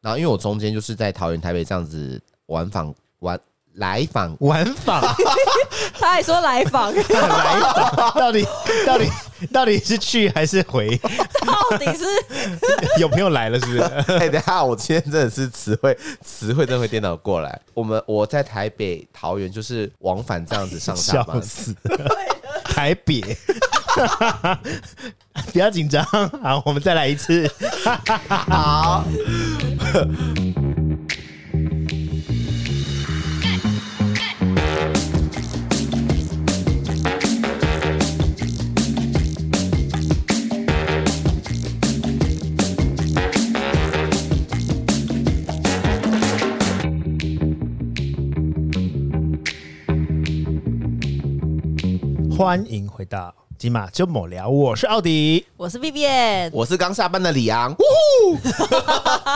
然后因为我中间就是在桃园、台北这样子玩访玩来访 玩法他还说来访，来访， 到底到底到底是去还是回？ 到底是有朋友来了是不是？哎、等一下，我今天真的是词汇词汇真的会颠倒过来。我们我在台北、桃园就是往返这样子上下 笑班，死，台北， 不要紧张，好，我们再来一次。好，欢迎回到金马就某聊，我是奥迪。我是 Vivian，我是刚下班的李昂，呜呼，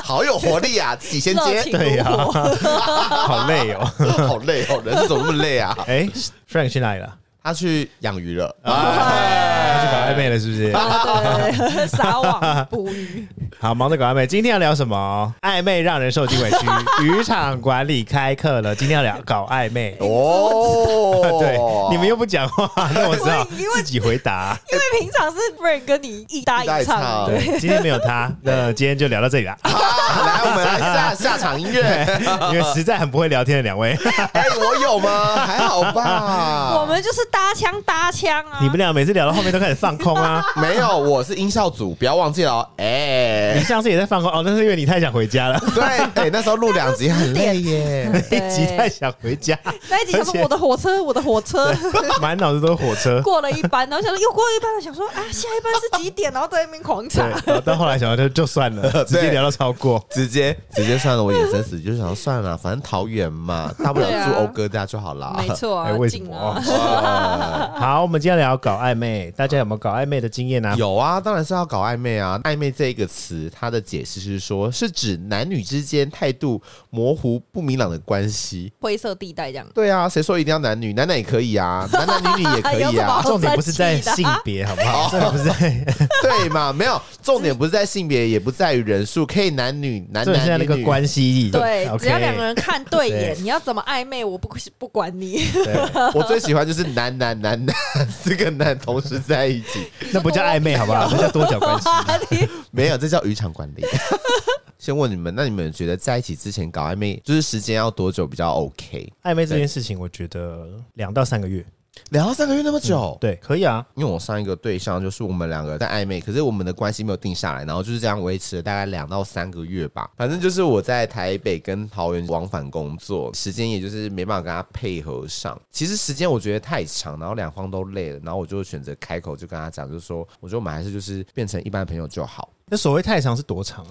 好有活力啊！起先热接，情对如呀、火。好累哦。 好累哦，人是怎么那么累啊？哎、f r a n k 去哪里了？他去养鱼了，哎哎他去搞暧昧了，是不是？对对对，撒网捕鱼，好，忙着搞暧昧。今天要聊什么？暧昧让人受尽委屈。 渔场管理开课了，今天要聊搞暧哎昧。哦对，你们又不讲话，那我只 好因为因为自己回 答。因为平常是 Frank 跟你一搭一搭一一唱唱，对，对，今天没有他，那今天就聊到这里 啦。好啊来，我们来下下场 音乐。因为实在很不会聊天的两 位，哎、我有吗？还好吧。我们就是搭腔搭腔啊。你们俩每次聊到后面都开始放空 啊。 没有，我是音效组，不要忘记了哦。哎、你上次也在放空哦，那是因为你太想回家了，对，哎、那时候录两集很累耶。那 对一集太想回家， 那一集想而且说我的火车，我的火车满脑子都是火 车。过了一班，然后想说又过了一班了，想说啊下一班是几点？然后在那边狂对查，，然后到后来想到就就算 了，直接聊到超过。 直接直接算了，我眼神死，就是想算了，反正桃园 嘛，大不了对啊住欧哥家就好啦。没错哎，啊，为什近么 啊，？哦 好，我们今天聊搞暧昧，大家有没有搞暧昧的经验呢、有啊，当然是要搞暧昧啊。暧昧这一个词，它的解释是说，是指男女之间态度模糊不明朗的关系。灰色地带这样。对啊，谁说一定要男女？男男也可以 啊，男男女女也可有以什啊么。 重点不是在性别，好不 哦好？重点不是在，对嘛？没有，重点不是在性别，也不在于人数，可以男女，男重点是在男那女个女。关系。对， OK 只要两个人看对对眼，你要怎么暧昧，我不不管你。对， 我最喜欢就是男男男男四个男同时在一 起， 那不叫暧昧，好不好？那叫多角关系。你没有，这叫渔场管理。 先问你们，那你们觉得在一起之前搞暧昧，就是时间要多久比较 OK？ 暧昧这件事情，我觉得两到三个月，两到三个月那么久？对，可以啊。因为我上一个对象就是我们两个在暧昧，可是我们的关系没有定下来，然后就是这样维持了大概两到三个月吧。反正就是我在台北跟桃园往返工作，时间也就是没办法跟他配合上。其实时间我觉得太长，然后两方都累了，然后我就选择开口就跟他讲，就说我觉得我们还是就是变成一般朋友就好。那所谓太长是多长啊？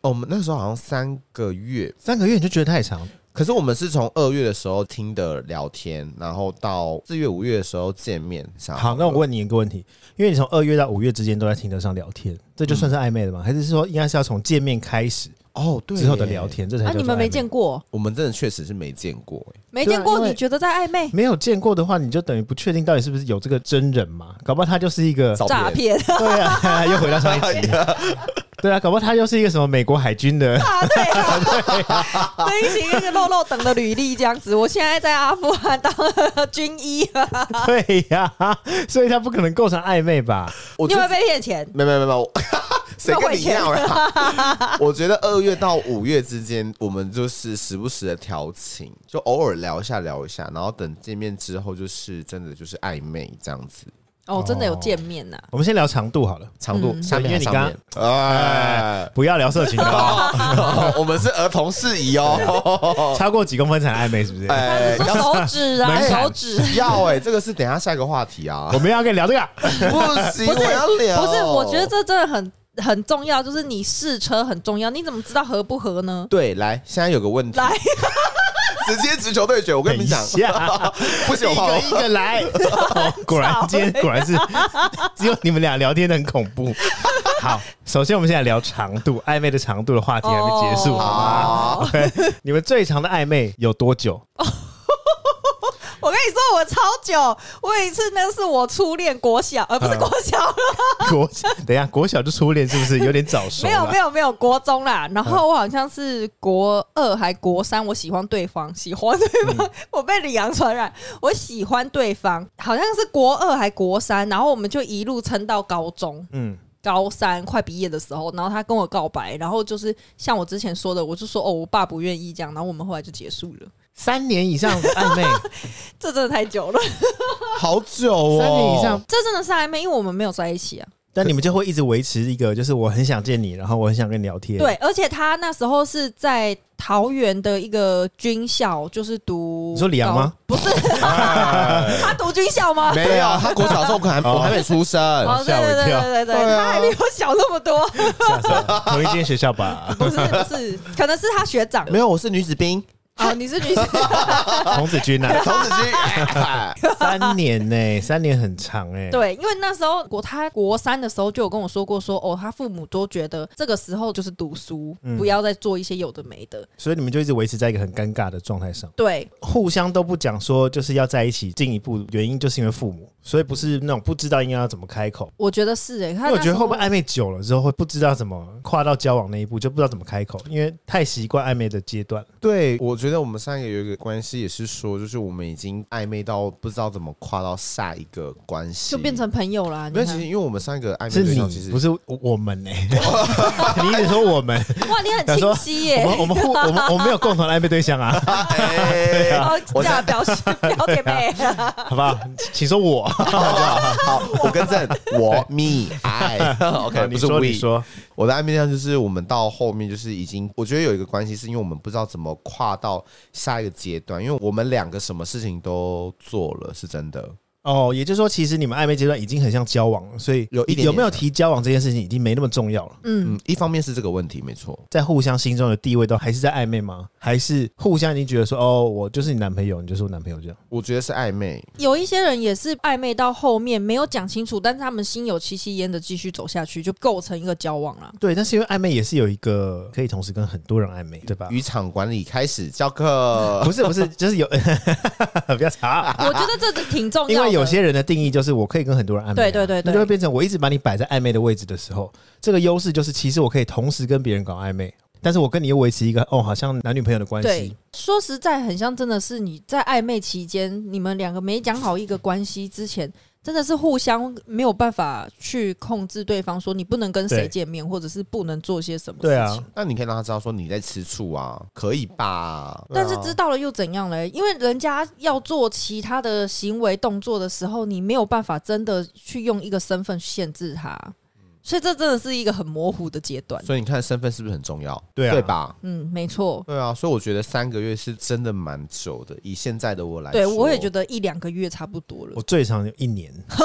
哦，我们那时候好像三个月，三个月你就觉得太长？可是我们是从二月的时候听的聊天，然后到四月五月的时候见面。想好，啊那我问你一个问题，因为你从二月到五月之间都在听得上聊天，这就算是暧昧了吗？还是说应该是要从见面开始哦，对耶，之后的聊天，这才叫啊，做你们没暧昧见过，我们真的确实是没见过、欸。没对啊见过，因为你觉得在暧昧？没有见过的话，你就等于不确定到底是不是有这个真人嘛？搞不好他就是一 个照诈骗对啊， 又回到上一集，对啊，搞不好他又是一个什么美国海军的，啊，对啊， 飞行那个漏漏等的履历这样子，我现在在阿富汗当军医， 对呀、所以他不可能构成暧昧吧？我你觉会得被骗钱？没有没有没有，我谁跟你一样啊？我觉得二月到五月之间，我们就是时不时的调情，就偶尔聊一下聊一下，然后等见面之后，就是真的就是暧昧这样子，哦，真的有见面呐、我们先聊长度好了，长度、下面还因为你上面。哎，不要聊色情的哦， 我们是儿童事宜 哦。超过几公分才暧昧，是不是？哎，说要手指啊，门槛手指。要哎，这个是等一下下一个话题啊我。们要跟你聊这个，不行，我要聊。不是，我觉得这真的很很重要，就是你试车很重要。你怎么知道合不合呢？对，来，现在有个问题，来，直接直球对决。我跟你等们哎一讲，下，不行，一我怕我个一个 来。哦果然，今天果然是只有你们俩聊天的很恐怖。好，首先我们现在聊长度，暧昧的长度的话题还没结束，哦啊 好吗？你们最长的暧昧有多久？我跟你说，我超久，我有一次那是我初恋国小，呃，不嗯是国小了，国等一下，国小就初恋是不是有点早熟没有了？没有没有国中啦。然后我好像是国二还国三，我喜欢对方，喜欢对方，我被李阳传染， 我喜欢对方，好像是国二还国三，然后我们就一路撑到高中。嗯，高三快毕业的时候，然后他跟我告白，然后就是像我之前说的，我就说哦，我爸不愿意这样，然后我们后来就结束了。三年以上的 暧昧， 这真的太久了，好久哦，三年以上，这真的是暧昧，因为我们没有在一起啊。但你们就会一直维持一个，就是我很想见你，然后我很想跟你聊天。对，，而且他那时候是在桃园的一个军校，就是读你说李阳吗？不是， 哎 他读军校吗？没啊有，他国小的时候可能还哦我还没出生，哦，对吓我对一对跳对对对，对啊他还没有小那 么多，？吓死了 同一间学校吧不是不是，可能是他学长没有，我是女子 兵，哦，你是 女生，童子军 啊，童子军，哎三年呢、三年很长哎、，对，因为那时候国他国三的时候就有跟我说过说，哦，他父母都觉得这个时候就是读书，嗯不要再做一些有的没的。所以你们就一直维持在一个很尴尬的状态上，对，互相都不讲说就是要在一起进一步，原因就是因为父母，所以不是那种不知道应该要怎么开口。我觉得是诶、欸，因他为我觉得那时会候不会暧昧久了之后会不知道怎么跨到交往那一步，就不知道怎么开口，因为太习惯暧昧的阶段了。对，我觉得我们三个有一个关系，也是说，就是我们已经暧昧到不知道怎么跨到下一个关系，就变成朋友啦。你没有。看其实因为我们三个暧是昧对你象，其实不是我我们呢、 你一直说我们，哇，你很想清说晰我耶、 哦们我们互我们我们没有共同的暧昧对象啊， 哎哦，我这样表示 表姐妹，好不好？请说我。好，我跟正 我哦 me I 好 OK， 你不是说 we 你。说，我的暧昧对象就是我们到后面就是已经，我觉得有一个关系是因为我们不知道怎么跨到下一个阶段，因为我们两个什么事情都做了，是真的。哦，也就是说，其实你们暧昧阶段已经很像交往了，所以有一点点有没有提交往这件事情已经没那么重要了。嗯，嗯，一方面是这个问题，没错。在互相心中的地位都还是在暧昧吗？还是互相已经觉得说，哦，我就是你男朋友，你就是我男朋友这样？我觉得是暧昧， 有一些人也是暧昧到后面没有讲清楚，但是他们心有戚戚焉的继续走下去，就构成一个交往啦。对，但是因为暧昧也是有一个可以同时跟很多人暧昧，对吧？渔场管理开始教 课。不是不是，就是有 不要吵，啊我觉得这是挺重要的，因为有些人的定义就是我可以跟很多人暧昧啊、对对对对那就会变成我一直把你摆在暧昧的位置的时候，这个优势就是其实我可以同时跟别人搞暧昧，但是我跟你又维持一个哦，好像男女朋友的关系对。，说实在，很像真的是你在暧昧期间，你们两个没讲好一个关系之前，真的是互相没有办法去控制对方，说你不能跟谁对见面，或者是不能做些什么对事啊情。，那你可以让他知道说你在吃醋啊，可以吧？但是知道了又怎样嘞？因为人家要做其他的行为动作的时候，你没有办法真的去用一个身份限制他，嗯所以这真的是一个很模糊的阶段。啊所以你看身份是不是很重要？对啊对吧？嗯，没错。对啊，所以我觉得三个月是真的蛮久的，以现在的我来说，对，我也觉得得一两个月差不多了我。最长有一年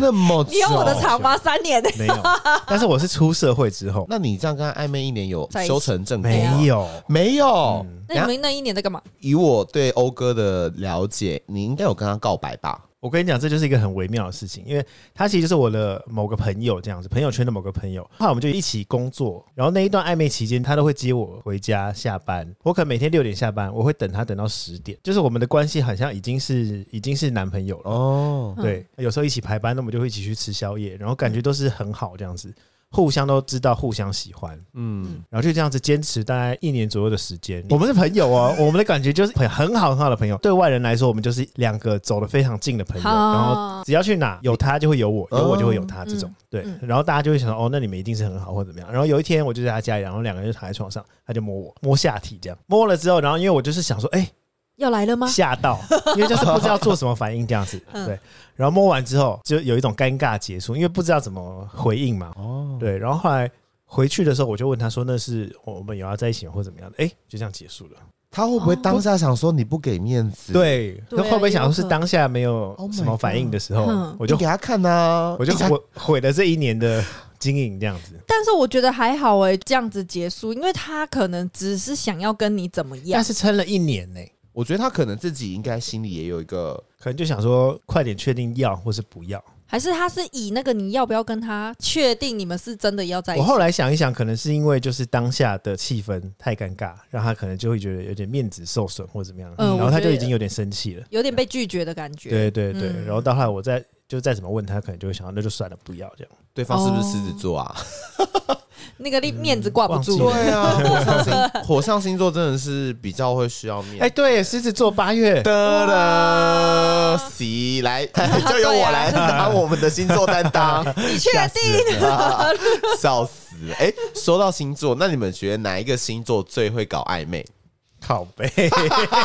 那么久。 你有我的长吗？三年呢、没有， 但是我是出社会之后那你这样跟他暧昧一年有在一起修成正果吗没有，没有？ 嗯那然你后们那一年在干嘛？以我对欧哥的了解，你应该有跟他告白吧？我跟你讲，这就是一个很微妙的事情，因为他其实就是我的某个朋友这样子，朋友圈的某个朋友。后来我们就一起工作，然后那一段暧昧期间，他都会接我回家下班。我可能每天六点下班，我会等他等到十点，就是我们的关系好像已经是已经是男朋友了。哦，嗯对，有时候一起排班，那我们就会一起去吃宵夜，然后感觉都是很好这样子，互相都知道，互相喜欢。嗯，然后就这样子坚持大概一年左右的时间。我们是朋友哦，我们的感觉就是很很好很好的朋友。对外人来说，我们就是两个走得非常近的朋友。啊然后只要去哪，有他就会有我，有我就会有他这种哦嗯。对嗯，然后大家就会想说哦，那你们一定是很好或怎么样。然后有一天我就在他家里，然后两个人就躺在床上，他就摸我摸下体这样，摸了之后，然后因为我就是想说，哎、要来了吗？吓到，因为就是不知道做什么反应这样子， 嗯对。然后摸完之后，就有一种尴尬结束，因为不知道怎么回应嘛，哦，嗯对。然后后来回去的时候，我就问他说：“那是我们有要在一起吗或怎么样的？”哎，就这样结束了。他会不会当下想说你不给面子？，对，对那会啊不会想说是也有可能当下没有 Oh my 什么反应的时候 God 嗯，你我就给他看啊，我就你才毁毁了这一年的经营这样子。但是我觉得还好哎、这样子结束，因为他可能只是想要跟你怎么但样，是撑了一年呢，我觉得他可能自己应该心里也有一个可能就想说快点确定要或是不要。还是他是以那个你要不要跟他确定你们是真的要在一我起？后来想一想，可能是因为就是当下的气氛太尴尬，让他可能就会觉得有点面子受损或怎么样，嗯然后他我觉就得已经有点生气了。有点被拒绝的感觉。对对对，嗯然后到后来我再就再怎么问他，可能就会想到那就算了，不要这样。对方是不是狮子座啊？那个力面子挂不哦住。忘记了对啊，火象星火象星座真的是比较会需要面哎、。对，狮子座八月，的了，喜来 就由我来啊当我们的星座担当，你确定？ 笑死！哎、说到星座，那你们觉得哪一个星座最会搞暧昧？ 靠背，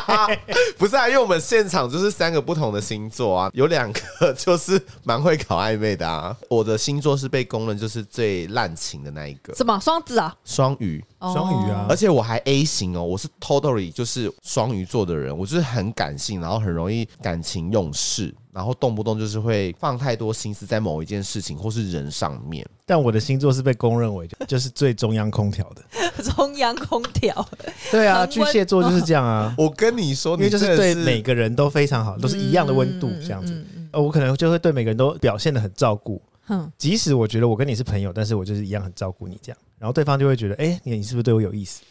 不是啊，因为我们现场就是三个不同的星座啊，有两个就是蛮会搞暧昧的啊。我的星座是被公认就是最滥情的那一个，什么双子啊？双鱼。哦双鱼啊而且我还 A 型哦，我是 totally 就是双鱼座的人，我就是很感性，然后很容易感情用事，然后动不动就是会放太多心思在某一件事情或是人上面。但我的星座是被公认为就是最中央空调的。哦 中央空调，对啊，很温巨蟹座就是这样啊，我跟你说，因哦为你就是真的嗯对每个人都非常好，都是一样的温度这样子。呃，我可能就会对每个人都表现的很照顾， 哼，即使我觉得我跟你是朋友，但是我就是一样很照顾你这样。然后对方就会觉得，哎、你你是不是对我有意思？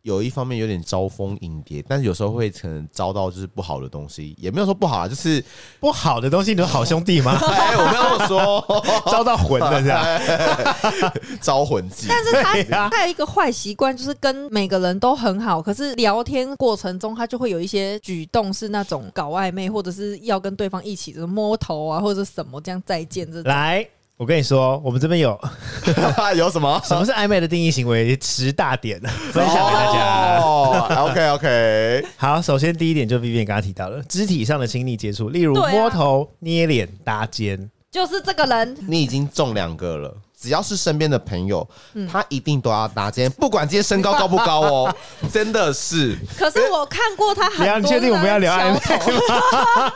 有一方面有点招蜂引蝶，但是有时候会可能招到就是不好的东西，也没有说不好啊，就是？不好的东西，你有好兄弟 吗哎，我没有说 遭到魂了这样。招魂技，但是他他有一个坏习惯，就是跟每个人都很好，可是聊天过程中他就会有一些举动是那种搞暧昧，或者是要跟对方一起就是摸头啊，或者什么这样再见这种。来，我跟你说，我们这边有 有什么什么是暧昧的定义行为十大点 分享给大家。哦，OK OK，好，首先第一点就 Vivian 刚刚提到了肢体上的亲密接触，例如对啊摸头、捏脸、搭肩。就是这个人，你已经中两个了。只要是身边的朋友，他一定都要搭肩，不管今天身高高不高哦，真的是可是我看过他很你要多。你确定我们要聊暧昧？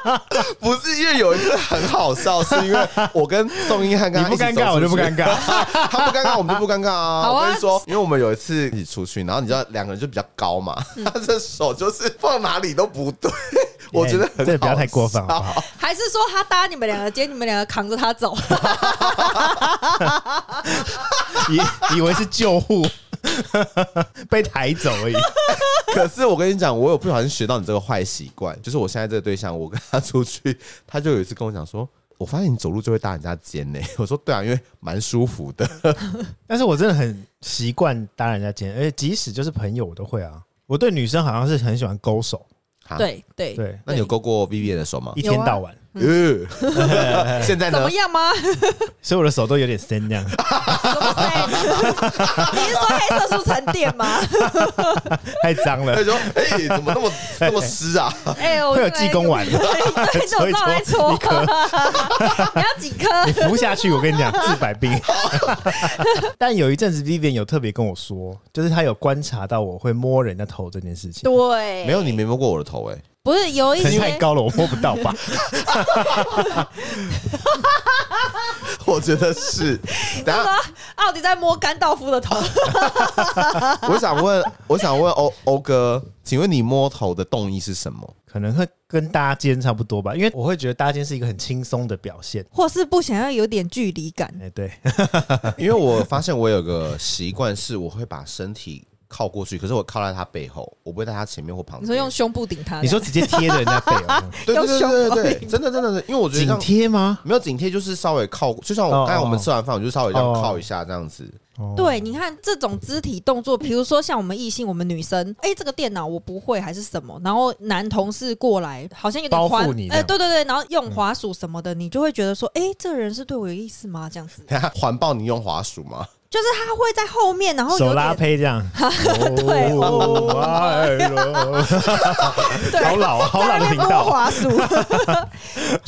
吗？不是因为有一次很好笑，是因为我跟宋英汉你刚不尴尬，我就不尴 尬。尬。哎他不尴尬，我们就不尴尬啊！好啊我跟你说，因为我们有一次一起出去，然后你知道两个人就比较高嘛，嗯他这手就是放哪里都不 对，我觉得很这个不要太过分，哦好好笑。不好？还是说他搭你们两个肩，你们两个扛着他走？以以 为是救护，被抬走而已。 可是我跟你讲，我有不小心学到你这个坏习惯，就是我现在这个对象，我跟他出去，他就有一次跟我讲说。我发现你走路就会搭人家肩呢、 我说对啊，因为蛮舒服的。但是我真的很习惯搭人家肩，而且即使就是朋友，我都会啊。我对女生好像是很喜欢勾手，哈， 对对对，那你有勾过 V V 的手吗 一？天到晚，嗯，现在 怎呢么？样吗？所以我的手都有点生这样。什么谁？你是说黑色素沉淀 吗？ 太脏他了。说：“哎、怎么那么那么湿 啊？哎、我会有济公丸对， 对，这种照来搓， 你要几颗？你服下去，我跟你讲，治百病。 但有一阵子，Vivian 有特别跟我说，就是他有观察到我会摸人家头这件事情。对，没有，你没摸过我的头哎、不是有一可能些太高了，我摸不到吧？ 我觉得 是。等一下啊，奥迪在摸甘道夫的头，我想问，我想问欧欧哥，请问你摸头的动意是什么？可能会跟搭肩差不多吧，因为我会觉得搭肩是一个很轻松的表现。 或是不想要有点距离感。哎，对，因为我发现我有个习惯是，我会把身体靠过去，可是我靠在他背后，我不会在他前面或旁边。你说用胸部顶 他，你说直接贴着人家背 哦，对对对用对胸对口对，真的真的是，因为我觉得这紧样贴吗？没有紧贴，就是稍微靠，就像我哦刚才我们哦吃完饭，我就稍微这样哦靠一下这样子。哦，对，你看这种肢体动作，比如说像我们异性，我们女生，哎、这个电脑我不会还是什么，然后男同事过来，好像有包覆点滑你，这哎、样对对对，然后用滑鼠什么的，你就会觉得说，哎、这个人是对我有意思吗？这样子，等一下环抱你用滑鼠吗？就是他会在后面，然后有手拉点胚这样。 对哦，哎呦 对，好老啊，好老在的那频边摸道。滑鼠， 就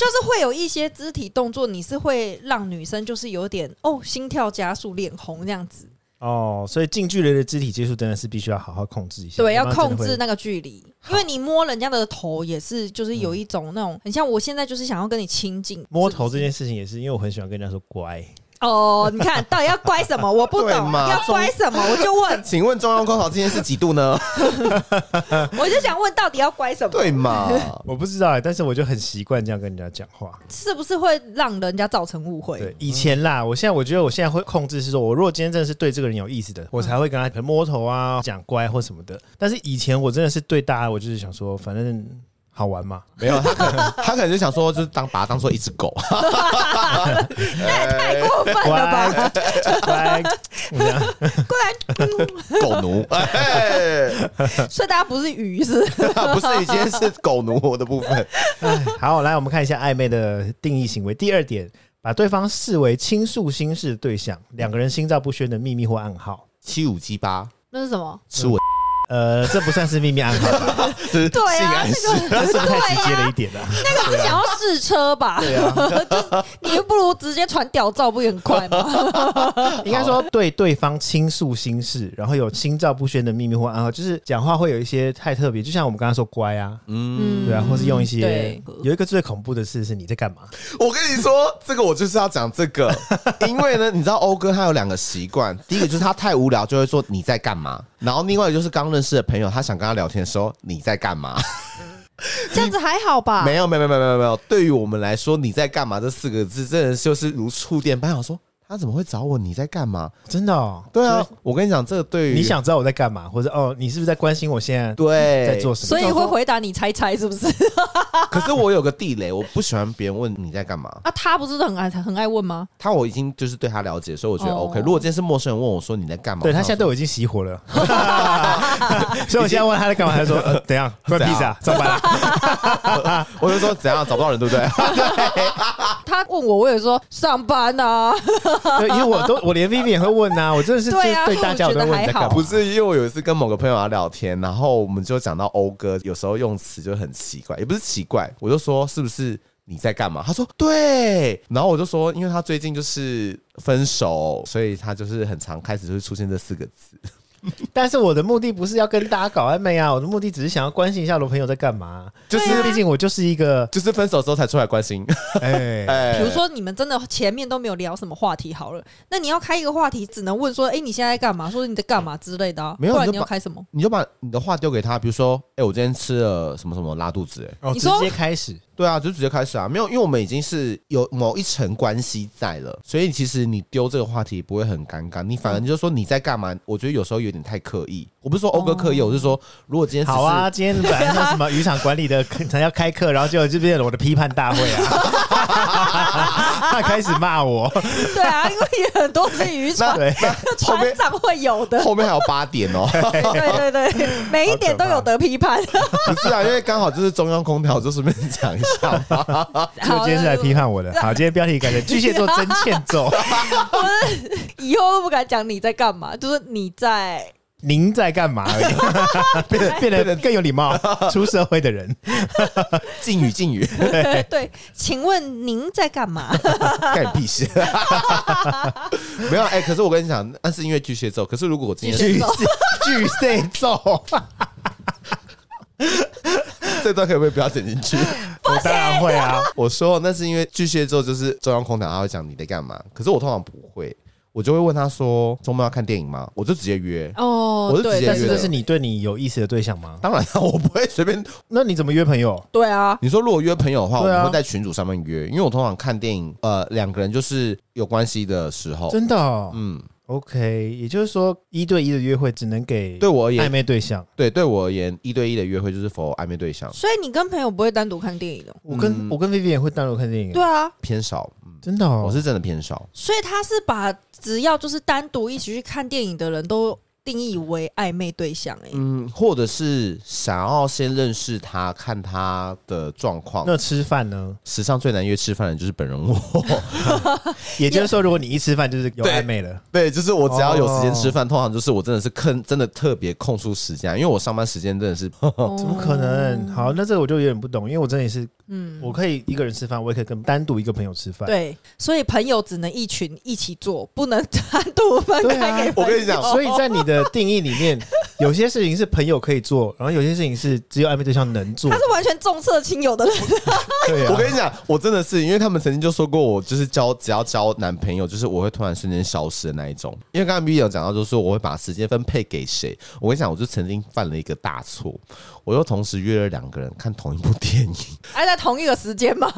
是会有一些肢体动作，你是会让女生就是有点哦心跳加速、脸红这样子，哦，所以近距离的肢体接触真的是必须要好好控制一下，对，要不然真的控会制那个距离，因为你摸人家的头也是，就是有一种那种、很像我现在就是想要跟你亲近，摸是不头是这件事情也是，因为我很喜欢跟人家说乖，哦，你看到底要怪什么？我不懂对嘛要怪什么，我就问，请问中央空调今天是几度呢？我就想问到底要怪 什么，对嘛？我不知道哎、但是我就很习惯这样跟人家讲话。是不是会让人家造成误会？对，以前啦，我现在我觉得我现在会控制，是说我如果今天真的是对这个人有意思的，我才会跟他摸头啊、讲乖或什么的。但是以前我真的是对大家，我就是想说，反正好玩嘛，没有，他可能他可能就想说，就是当把它当做一只狗， 太过分了吧乖！乖，嗯啊 过来，嗯狗奴，哎，所以大家不是鱼是不是 不是，你今天是狗奴的部分，哎 好，来我们看一下暧昧的定义行为。第二点，把对方视为倾诉心事的对象，两个人心照不宣的秘密或暗号。七五七八那是什么？吃我，呃，这不算是秘密暗 号吧，就是对性啊，暗示。那这个是不是太直接对了啊一点了、那个是想要试车吧？对啊，你就不如直接传屌照，不也很快吗？应该说对对方倾诉心事，然后有心照不宣的秘密或暗号，就是讲话会有一些太特别，就像我们刚刚说乖啊，嗯，嗯对啊，或是用一些对有一个最恐怖的事是你在干嘛？我跟你说，这个我就是要讲这个，因为呢，你知道欧哥他有两个习惯，第一个就是他太无聊就会说你在干嘛，然后另外一个就是刚认识的朋友，他想跟他聊天的时候你在干 嘛？这样子还好吧？没有没有没有没有没有，对于我们来说，你在干嘛这四个字真的就是如触电般，想说他怎么会找我？你在干嘛？真的、哦，对啊，我跟你讲，这个对于你想知道我在干嘛，或者哦，你是不是在关心我现在对在做什么？所以会回答你猜猜是不是？可是我有个地雷，我不喜欢别人问你在干嘛。啊，他不是很爱很爱问吗？他我已经就是对他了解，所以我觉得哦 OK。如果今天是陌生人问我说你在干嘛，对我他想现在对我已经熄火 了，所以我现在问他在干嘛，他说呃， 怎样关屁事啊，上班啊，说我就说怎样找不到人， 对不对？他问我，我也说上班啊。对，因为我都我连 Vivi 也会问呐，我真的是就是对啊对大家我都会问你在干我觉得还好嘛，不是，因为我有一次跟某个朋友要聊天，然后我们就讲到欧哥，有时候用词就很奇怪，也不是奇怪，我就说是不是你在干嘛？他说对，然后我就说，因为他最近就是分手，所以他就是很常开始就会出现这四个字。但是我的目的不是要跟大家搞暧昧啊，我的目的只是想要关心一下我的朋友在干嘛。就是因为毕竟我就是一个就是分手之后才出来关心，哎，哎，比如说你们真的前面都没有聊什么话题好了，那你要开一个话题，只能问说，哎、你现在在干嘛？说你在干嘛之类的、啊，没有不然你就你要把开什么？你就把你的话丢给他，比如说，哎、我今天吃了什么什么拉肚子、哎， 哦你直说接开始，对啊，就直接开始啊，没有，因为我们已经是有某一层关系在了，所以其实你丢这个话题不会很尴尬，你反而就说你在干嘛？我觉得有时候有点太刻意，我不是说欧哥刻意，我是说如果今天只是哦好啊，，今天本来说什么渔场管理的才要开课，然后结果就变成我的批判大会啊， 他开始骂我，对啊，因为也很多是渔船对，后面船长会有的，后面还有八点哦， 对对对，每一点都有得批判。不是啊，因为刚好就是中央空调，就顺便讲一下嘛，结果今天是来批判我的。好好，今天标题改成巨蟹座真欠揍，以后都不敢讲你在干嘛，就是你在您在干嘛而已，变得变得更有礼貌，出社会的人。敬语敬语， 对请问您在干嘛？干你屁事， 没有哎、可是我跟你讲，那是因为巨蟹座，可是如果我今天巨蟹巨蟹座， 这段可不可以不要剪进去？我当然会啊。我说那是因为巨蟹座就是中央空调，他会讲你在干嘛，可是我通常不会，我就会问他说周末要看电影吗？我就直接约。 哦我是直对接但对是这是你对你有意思的对象吗？当然了，我不会随便。那你怎么约朋友？对啊，你说如果约朋友的话，我对啊们会在群组上面约，因为我通常看电影，呃，两个人就是有关系的时候，真的、哦、嗯， ？OK，也就是说一对一的约会只能给对我而暧言，昧对象。对对我而言，一对一的约会就是否暧昧对象所以你跟朋友不会单独看电影的，哦我跟、嗯我跟 Vivi 也会单独看电影，对，啊，偏少，嗯，真的、哦，我是真的偏少。所以他是把只要就是单独一起去看电影的人都定义为暧昧对象、欸，哎、嗯，或者是想要先认识他，看他的状况。那吃饭呢？史上最难约吃饭的就是本人我，也就是说，如果你一吃饭就是有对暧昧了，对，就是我只要有时间哦吃饭，通常就是我真的是坑，真的特别空出时间，因为我上班时间真的是，怎么可能？好，那这个我就有点不懂，因为我真的也是，嗯，我可以一个人吃饭，我也可以跟单独一个朋友吃饭，，对，所以朋友只能一群一起做，不能单独分 对啊开给朋友。我跟你讲所以在你的定义里面，有些事情是朋友可以做，然后有些事情是只有暧昧对象能做他。是完全重色轻友的人，对啊我，跟你讲，我真的是，因为他们曾经就说过我，就是交只要交男朋友，就是我会突然瞬间消失的那一种。因为刚刚 V 有讲到，就是说我会把时间分配给谁。我跟你讲，我就曾经犯了一个大错，我又同时约了两个人看同一部电影。还在同一个时间 吗？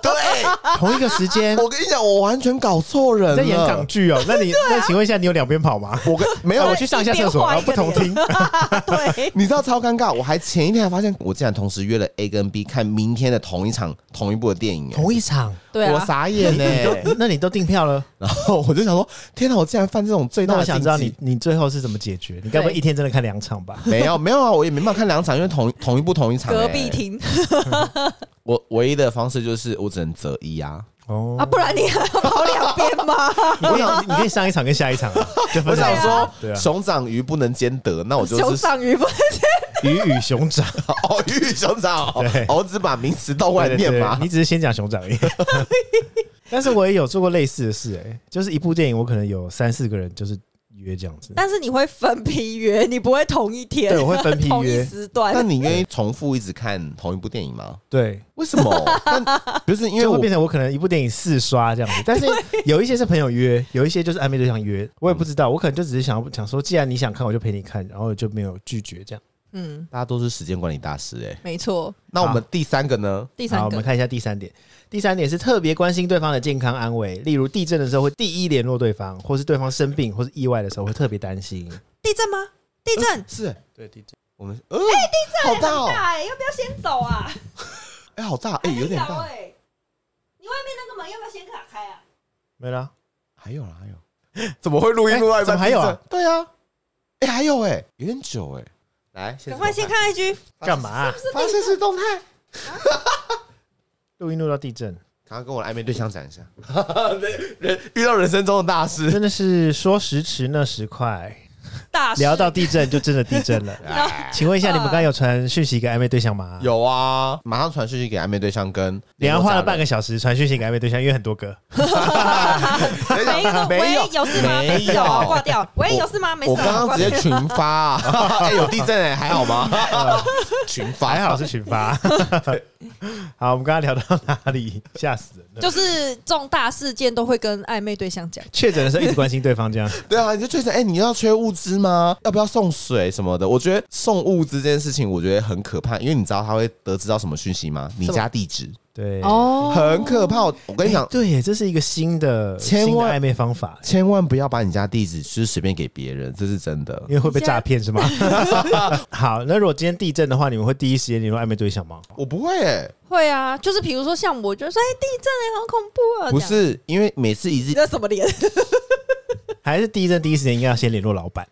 对，同一个时间我跟你讲，我完全搞错人在演港了。剧哦。那你那请问一下，你有两边跑吗？我跟没有啊，我去上一下厕所，然后不同厅。对，你知道超尴尬，我还前一天还发现，我竟然同时约了 A 跟 B 看明天的同一场同一部的电影、欸，同一场，对啊我傻眼呢、哎欸 那你都订票了？然后我就想说，天哪，我竟然犯这种最那大我的想知道禁忌你你最后是怎么解决？你该不会对一天真的看两场吧？没有没有啊，我也没办法看两场，因为同同一部同一场、隔壁欸厅我唯一的方式就是我只能择一啊。哦啊，，不然你还要跑两边吗？哦你可以你可以上一场跟下一场啊，就我分想开说，对啊熊掌鱼不能兼得，那我就熊是掌鱼不 鱼与熊掌， 哦鱼与熊掌 哦对，我只把名词倒过来对对念对嘛你。只是先讲熊掌而已。 但是我也有做过类似的事，哎，就是一部电影，我可能有三四个人就是约这样子，但是你会分批约，你不会同一天，对我会分批约 同一时段。但你愿意重复一直看同一部电影吗？对，为什 么？但不是因为就我会变成我可能一部电影四刷这样子。 但是有一些是朋友约，有一些就是暧昧对象约，我也不知道，我可能就只是想要想说，既然你想看，我就陪你看，然后就没有拒绝这样。嗯，大家都是时间管理大师哎、没错。那我们第三个呢？第好，三我们个，看一下第三点。第三点是特别关心对方的健康安危，例如地震的时候会第一联络对方，或是对方生病或是意外的时候会特别担心。地震吗？地震，是、欸、对地震，我们呃，哎、好大哦、大哎，要不要先走啊？哎、好大哎、有点很早大，哎。你外面那个门要不要先打开啊？没了。还有啦，还有，怎么会录音录到一 哎怎半么还有啊地震？对啊，哎、还有哎、有点久哎、来，赶快先看。看 IG，干嘛、啊？发现是动态，录音录到地震，赶快跟我的暧昧对象讲一下， 人人遇到人生中的大事。真的是说时迟那时快，大事聊到地震就真的地震 了。哎请问一下，你们刚刚有传讯息给暧昧对象吗？。有啊，马上传讯息给暧昧对象跟连花了半个个小时传讯息给暧昧对象，因为很多个。 每一个都 喂没有有事吗？没有没事哦挂掉。喂我有事吗？没事我哦，刚刚挂直掉接群发、 啊，哎、有地震哎、还好吗？群发还好是群发。 好，我们刚刚聊到哪里？吓死人了！就是重大事件都会跟暧昧对象讲。确诊的时候一直关心对方，这样对啊，你就确诊哎，你要缺物资吗？要不要送水什么的？我觉得送物资这件事情，我觉得很可怕，因为你知道他会得知到什么讯息吗？你家地址对。哦很可怕。我跟你讲哎，对耶，这是一个新的千万新的暧昧方法，千万不要把你家地址就是随便给别人，这是真的因。为会被诈骗 是吗？好，那如果今天地震的话，你们会第一时间联络暧昧对象吗？我不会哎、会啊，就是比如说像我，就说哎，地震哎，好恐怖啊！不这样，是因为每次一你日那什 么脸？还是地震第一时间应该要先联络老板？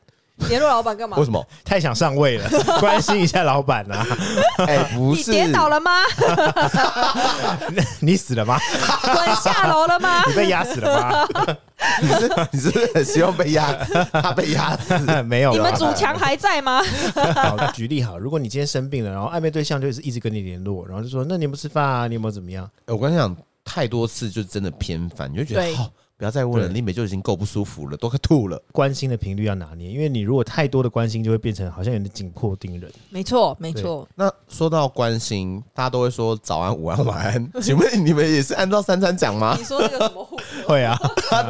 联络老板干嘛？为什 么？太想上位了，关心一下老板啊！ 哎、不你是，跌倒了吗？你死了吗？滚下楼了吗？你被压死了 你是你是不是很希望被 压，他被压死。吗？ 没有你啦们主墙还在吗？好，举例好，如果你今天生病了，然后暧昧对象就是一直跟你联络，然后就说那你有没有吃饭啊？你有没有怎么样？哎我跟你讲，太多次就真的偏烦，你就觉对得好、不要再问了，对你美就已经够不舒服了，都快吐了。关心的频率要拿捏，因为你如果太多的关心，就会变成好像有点紧迫盯人。没错，没错，那说到关心，大家都会说早安、午安、晚 安。请问你们也是按照三餐讲吗你？说那个什么户口 会啊，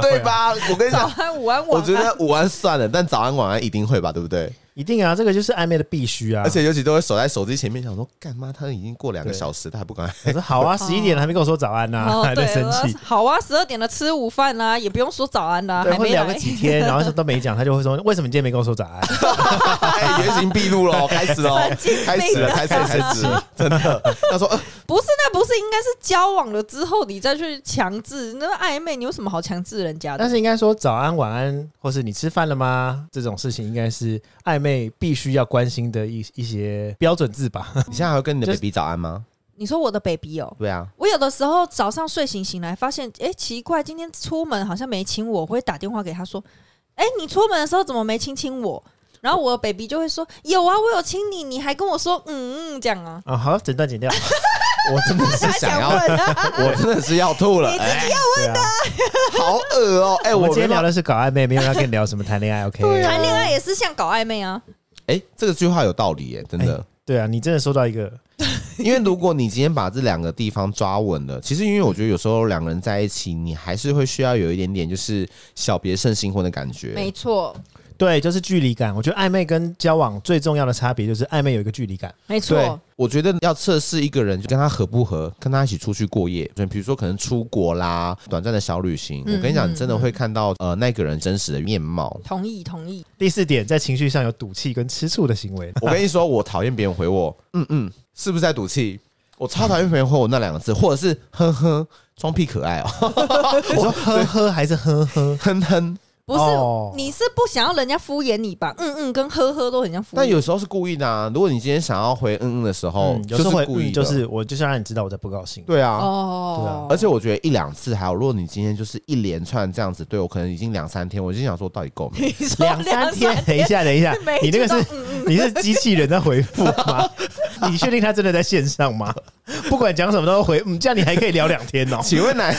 对吧？ 我跟你讲，早安、午安、晚哦我安，觉得午安算了，但早安、晚安一定会吧，对不对？一定啊，这个就是暧昧的必须啊。而且尤其都会守在手机前面，想说干妈，他已经过两个对小时，他还不敢。我说好啊，十一点了还没跟我说早安呐、啊哦 还在对生气我。好啊，十二点了吃午饭啦，也不用说早安啦，对，啊还会没聊个来。几天，然后都没讲，他就会说：“为什么你今天没跟我说早安 哎，原形毕露喽， 开始喽，开始了，开始了， 开始了，真的。他说，呃不是，那不是应该是交往了之后你再去强制那个暧昧，你有什么好强制人？”家啊但的？是应该说早安、晚安，或是你吃饭了吗？这种事情应该是暧昧必须要关心的一一些标准字吧。 你现在还会跟你的就是 baby 早安吗？你说我的 baby 哦。对啊，我有的时候早上睡醒醒来，发现哎、诶奇怪，今天出门好像没亲我，我会打电话给他说，哎、你出门的时候怎么没亲亲我？然后我的 baby 就会说有啊，我有亲你，你还跟我说嗯嗯这样啊，啊，好，整段剪掉。 我真的是他想要，问啊， 我真的是要吐了，你自哎，对啊。好恶哦，哎，我我们今天没办法啊聊的是搞暧昧，没有要跟你聊什么谈恋爱。OK，哎谈恋爱也是像搞暧昧啊，哎、这个句话有道理耶，真的。对啊，你真的收到一个因为如果你今天把这两个地方抓稳了，其实因为我觉得有时候两个人在一起，你还是会需要有一点点就是小别胜新婚的感觉。没错，对，就是距离感。我觉得暧昧跟交往最重要的差别就是暧昧有一个距离感。没对错，，我觉得要测试一个人就跟他合不合，跟他一起出去过夜，就比如说可能出国啦，短暂的小旅行。嗯我跟你讲，嗯你真的会看到呃那个人真实的面貌。同意同意。第四点，在情绪上有赌气跟吃醋的行为。我跟你说，我讨厌别人回我，嗯嗯，是不是在赌气？我超讨厌别人回我那两个字，或者是哼哼，装屁可爱哦， 我说呵呵还是呵呵？哼哼。不是，哦你是不想要人家敷衍你吧？嗯嗯，跟呵呵都很像敷衍。但有时候是故意的啊。如果你今天想要回嗯嗯的时候，嗯，有时候会就是故意嗯的，就是我就是要让你知道我在不高兴。对啊。哦，而且我觉得一两次还好，如果你今天就是一连串这样子对我，可能已经两三天，我就想说到底够没？ 你说两三天，等一下，等一下每，你一那个句都是你是机器人在回复吗？你确定他真的在线上吗？不管讲什么都会回，嗯，这样你还可以聊两 天哦。请问哪？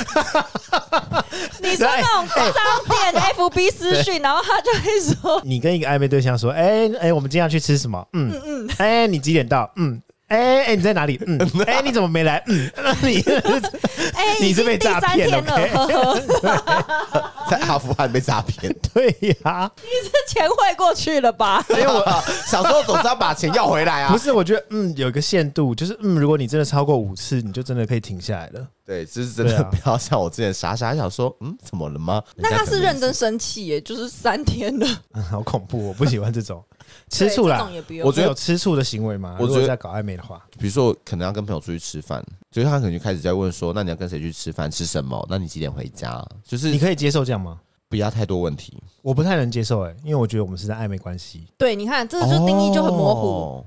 你说那种商店 FB 私讯，然后他就会 说你跟一个暧昧对象说，哎、哎、我们今天要去吃什么？嗯嗯，哎、你几点到？嗯。哎、哎、你在哪里？嗯，哎、你怎么没来？嗯， 那你：“哎，你是 被已经诈第三骗天了？OK，了，呵呵，在阿富汗被诈骗？对呀、你这 钱汇过去了吧？”因为我啊小时候总是要把钱要回来啊不。是，我觉得嗯，有一个限度，就是嗯，如果你真的超过五次，你就真的可以停下来了。对，就是真对的啊不要像我之前傻傻想说，嗯，怎么了吗？ 那他是认真。真生气耶，就是三天了，嗯，好恐怖，我不喜欢这种吃醋对啦这种。也不我用觉得有吃醋的行为吗？我如觉得果在搞暧昧的话，比如说，我可能要跟朋友出去吃饭，就是他可能就开始在问说，那你要跟谁去吃饭，吃什么？那你几点回家？就是你可以接受这样吗？不要太多问题。我不太能接受哎、因为我觉得我们是在暧昧关系。对，你看，这个就定义就很模糊。哦。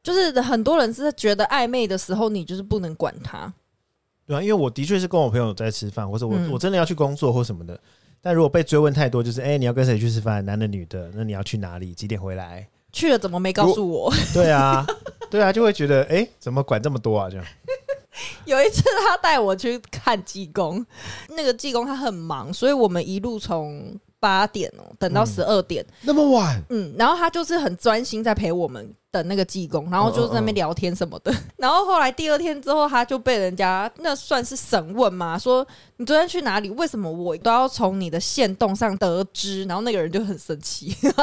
就是很多人是觉得暧昧的时候，你就是不能管他。对啊，因为我的确是跟我朋友在吃饭，或者我、嗯我真的要去工作或什么的。但如果被追问太多，就是哎、你要跟谁去吃饭？男的女的？那你要去哪里？几点回来？去了怎么没告诉我？对啊， 对啊，就会觉得哎、怎么管这么多啊？这样 有一次他带我去看济公，那个济公他很忙，所以我们一路从八点哦、等到十二点，那么晚，嗯然后他就是很专心在陪我们等那个济公，然后就在那边聊天什么的。 然后后来第二天之后，他就被人家那算是审问嘛，说你昨天去哪里？为什么我都要从你的线动上得知？然后那个人就很生气，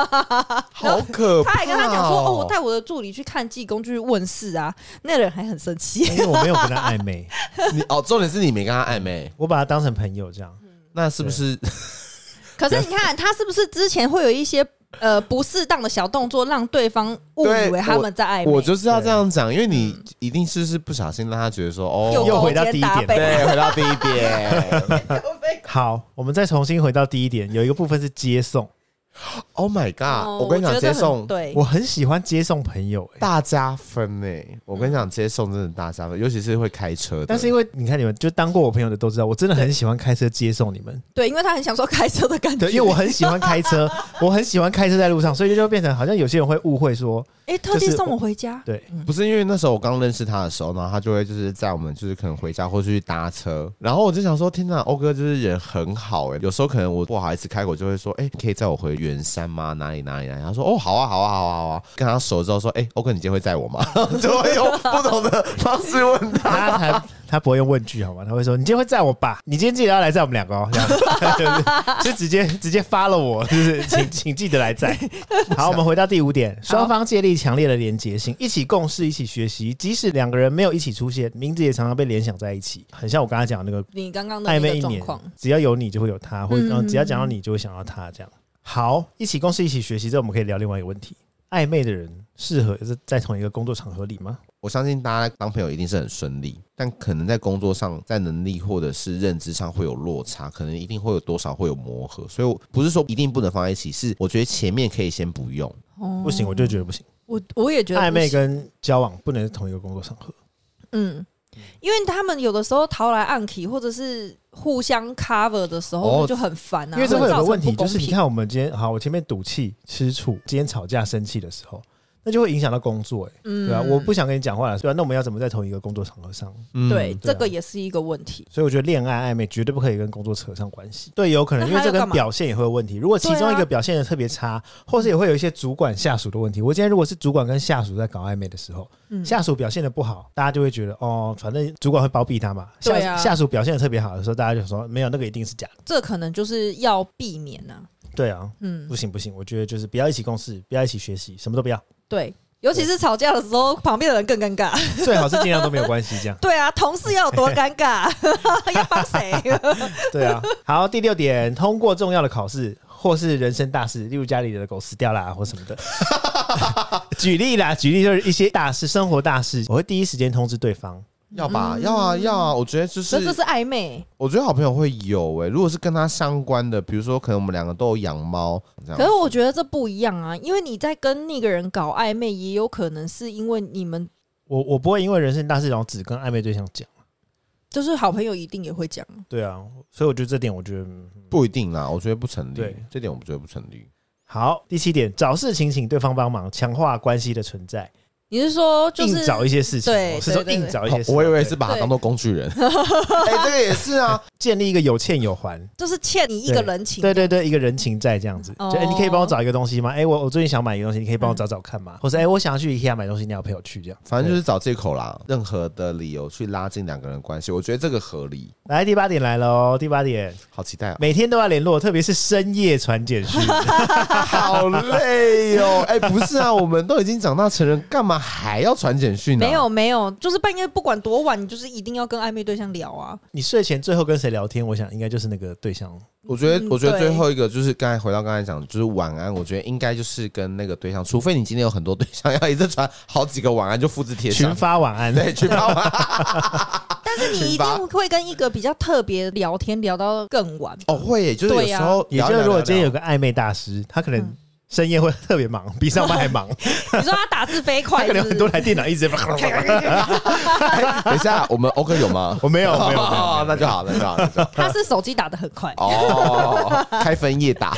好可怕、他还跟他讲说：“哦，我带我的助理去看济公，去问事啊。”那个人还很生气。 因为我没有跟他暧昧，你哦，重点是你没跟他暧昧，我把他当成朋友这样。那是不是？可是你看，他是不是之前会有一些呃不适当的小动作，让对方误以为他们在暧昧？我就是要这样讲，因为你一定是是不小心让他觉得说，又哦，又回到第一点被对，回到第一点好，我们再重新回到第一点，有一个部分是接送， ，Oh my 哦 god！我跟你讲，觉得接很送对我很喜欢接送朋友、欸，大加分呢、嗯我跟你讲，接送真的大加分，尤其是会开车的。但是因为你看你们就当过我朋友的都知道，我真的很喜欢开车接送你们，对，因为他很享受开车的感觉。 对，因为我很喜欢开车，我很喜欢开车在路上，所以就变成好像有些人会误会说，哎、特地就是送我回家。对，不是因为那时候我刚认识他的时候，然后他就会就是在我们就是可能回家或是去搭车，然后我就想说，天哪，欧哥就是人很好哎、有时候可能我不好意思开口，就会说，哎、可以载我回圆山吗？哪里哪里哪里？他说，哦，好啊，好啊，好啊，好啊。跟他熟之后说，哎、欧哥，你今天会载我吗？ 就会用不同的方式问他。他才他不会用问句好吗？他会说你今天会载我吧？你今天记得要来载我们两个哦，这样子 对不对就直接直接发了我，就是请请记得来载。好，我们回到第五点，双方建立强烈的连结性，一起共事，一起学习，即使两个人没有一起出现，名字也常常被联想在一起，很像我刚才讲的那个你刚刚的暧那昧个一状年况，，只要有你就会有他，或者、嗯嗯、只要讲到你就会想到他这样。好，一起共事，一起学习，这我们可以聊另外一个问题：暧昧的人适合是在同一个工作场合里吗？我相信大家当朋友一定是很顺利，但可能在工作上、在能力或者是认知上会有落差，可能一定会有多少会有磨合，所以我不是说一定不能放在一起，是我觉得前面可以先不用。哦不行，我就觉得不行。我我也觉得不暧昧行跟交往不能是同一个工作场合。嗯，因为他们有的时候逃来暗棋，或者是互相 cover 的时候，哦那就很烦啊。因为这会有造个成问题，不公就是你平看我们今天好，我前面赌气、吃醋，今天吵架、生气的时候，那就会影响到工作、欸，嗯对啊，我不想跟你讲话了，对啊，那我们要怎么在同一个工作场合上？嗯对啊这个也是一个问题。所以我觉得恋爱暧昧绝对不可以跟工作扯上关系，对，有可能那因为还这要跟干嘛表现也会有问题。如果其中一对个啊表现的特别差，或是也会有一些主管下属的问题。我今天如果是主管跟下属在搞暧昧的时候，嗯下属表现的不好，大家就会觉得哦，反正主管会包庇他嘛。对下啊下属表现的特别好的时候，大家就说没有那个一定是假的。这可能就是要避免呢、啊。对 啊，嗯不，行不行，我觉得就是不要一起共事，不要一起学习，什么都不要，对，尤其是吵架的时候，旁边的人更 尴尬。。最好是尽量都没有关系这样对啊，同事要有多尴尬， 要帮谁？对啊，好，第六点，通过重要的考试或是人生大事，例如家里的狗死掉啦或什么的。 举例啦，举例就是一些大事，生活大事，我会第一时间通知对方。要吧，要啊，要啊！我觉得就所以 这是，是暧昧。我觉得好朋友会有哎、如果是跟他相关的，比如说可能我们两个都有养猫，这样可是我觉得这不一样啊，因为你在跟那个人搞暧昧，也有可能是因为你们我我不会因为人生大事，然后只跟暧昧对象讲。就是好朋友，一定也会讲。对啊，所以我觉得这点，我觉得、嗯不一定啦，我觉得不成立对，这点我觉得不成立。好。第七点，找事情请对方帮忙，强化关系的存在，你是说就是硬找一些事情哦，对是说对对硬对找一些事情。我以为对是把他当做工具人， 哎、这个也是啊，建立一个有欠有还，就是欠你一个人情，对对对，一个人情债这样子，哦就哎、你可以帮我找一个东西吗？哎、我我最近想买一个东西，你可以帮我找找看哦吗？或者哎、我想要去 IKEA 买东西，你要陪我去这样。反正就是是找借口啦，任何的理由去拉近两个人的关系，我觉得这个合理。来第八点来喽，第八点，好期待啊！每天都要联络，特别是深夜传简 讯。 好累哦！ 哎、不是啊，我们都已经长大成人，干嘛还要传简讯呢、啊没，嗯有没有，就是半夜不管多晚，你就是一定要跟暧昧对象聊啊。你睡前最后跟谁聊天？我想应该就是那个对象。我觉得，嗯我觉得对最后一个就是刚才回到刚才讲，就是晚安。我觉得应该就是跟那个对象，除非你今天有很多对象，要一次传好几个晚安就复制贴 群上。发晚安，对，群发晚安啊但是你一群发定会跟一个比较特别聊天，聊到 更晚。哦，会耶，就是有对时呀候也聊就一聊，是如果今天聊有个暧昧大师，他可能嗯深夜会特别忙， 比上班还 忙，你说他打字飞他快可是能不很多是，台电脑一直在。？一聊，等一下，我们 OK 有吗我没有， 我没有，没有哦，那就好，那就好，那就好。 他是手机打的很快。 哦，开分页打，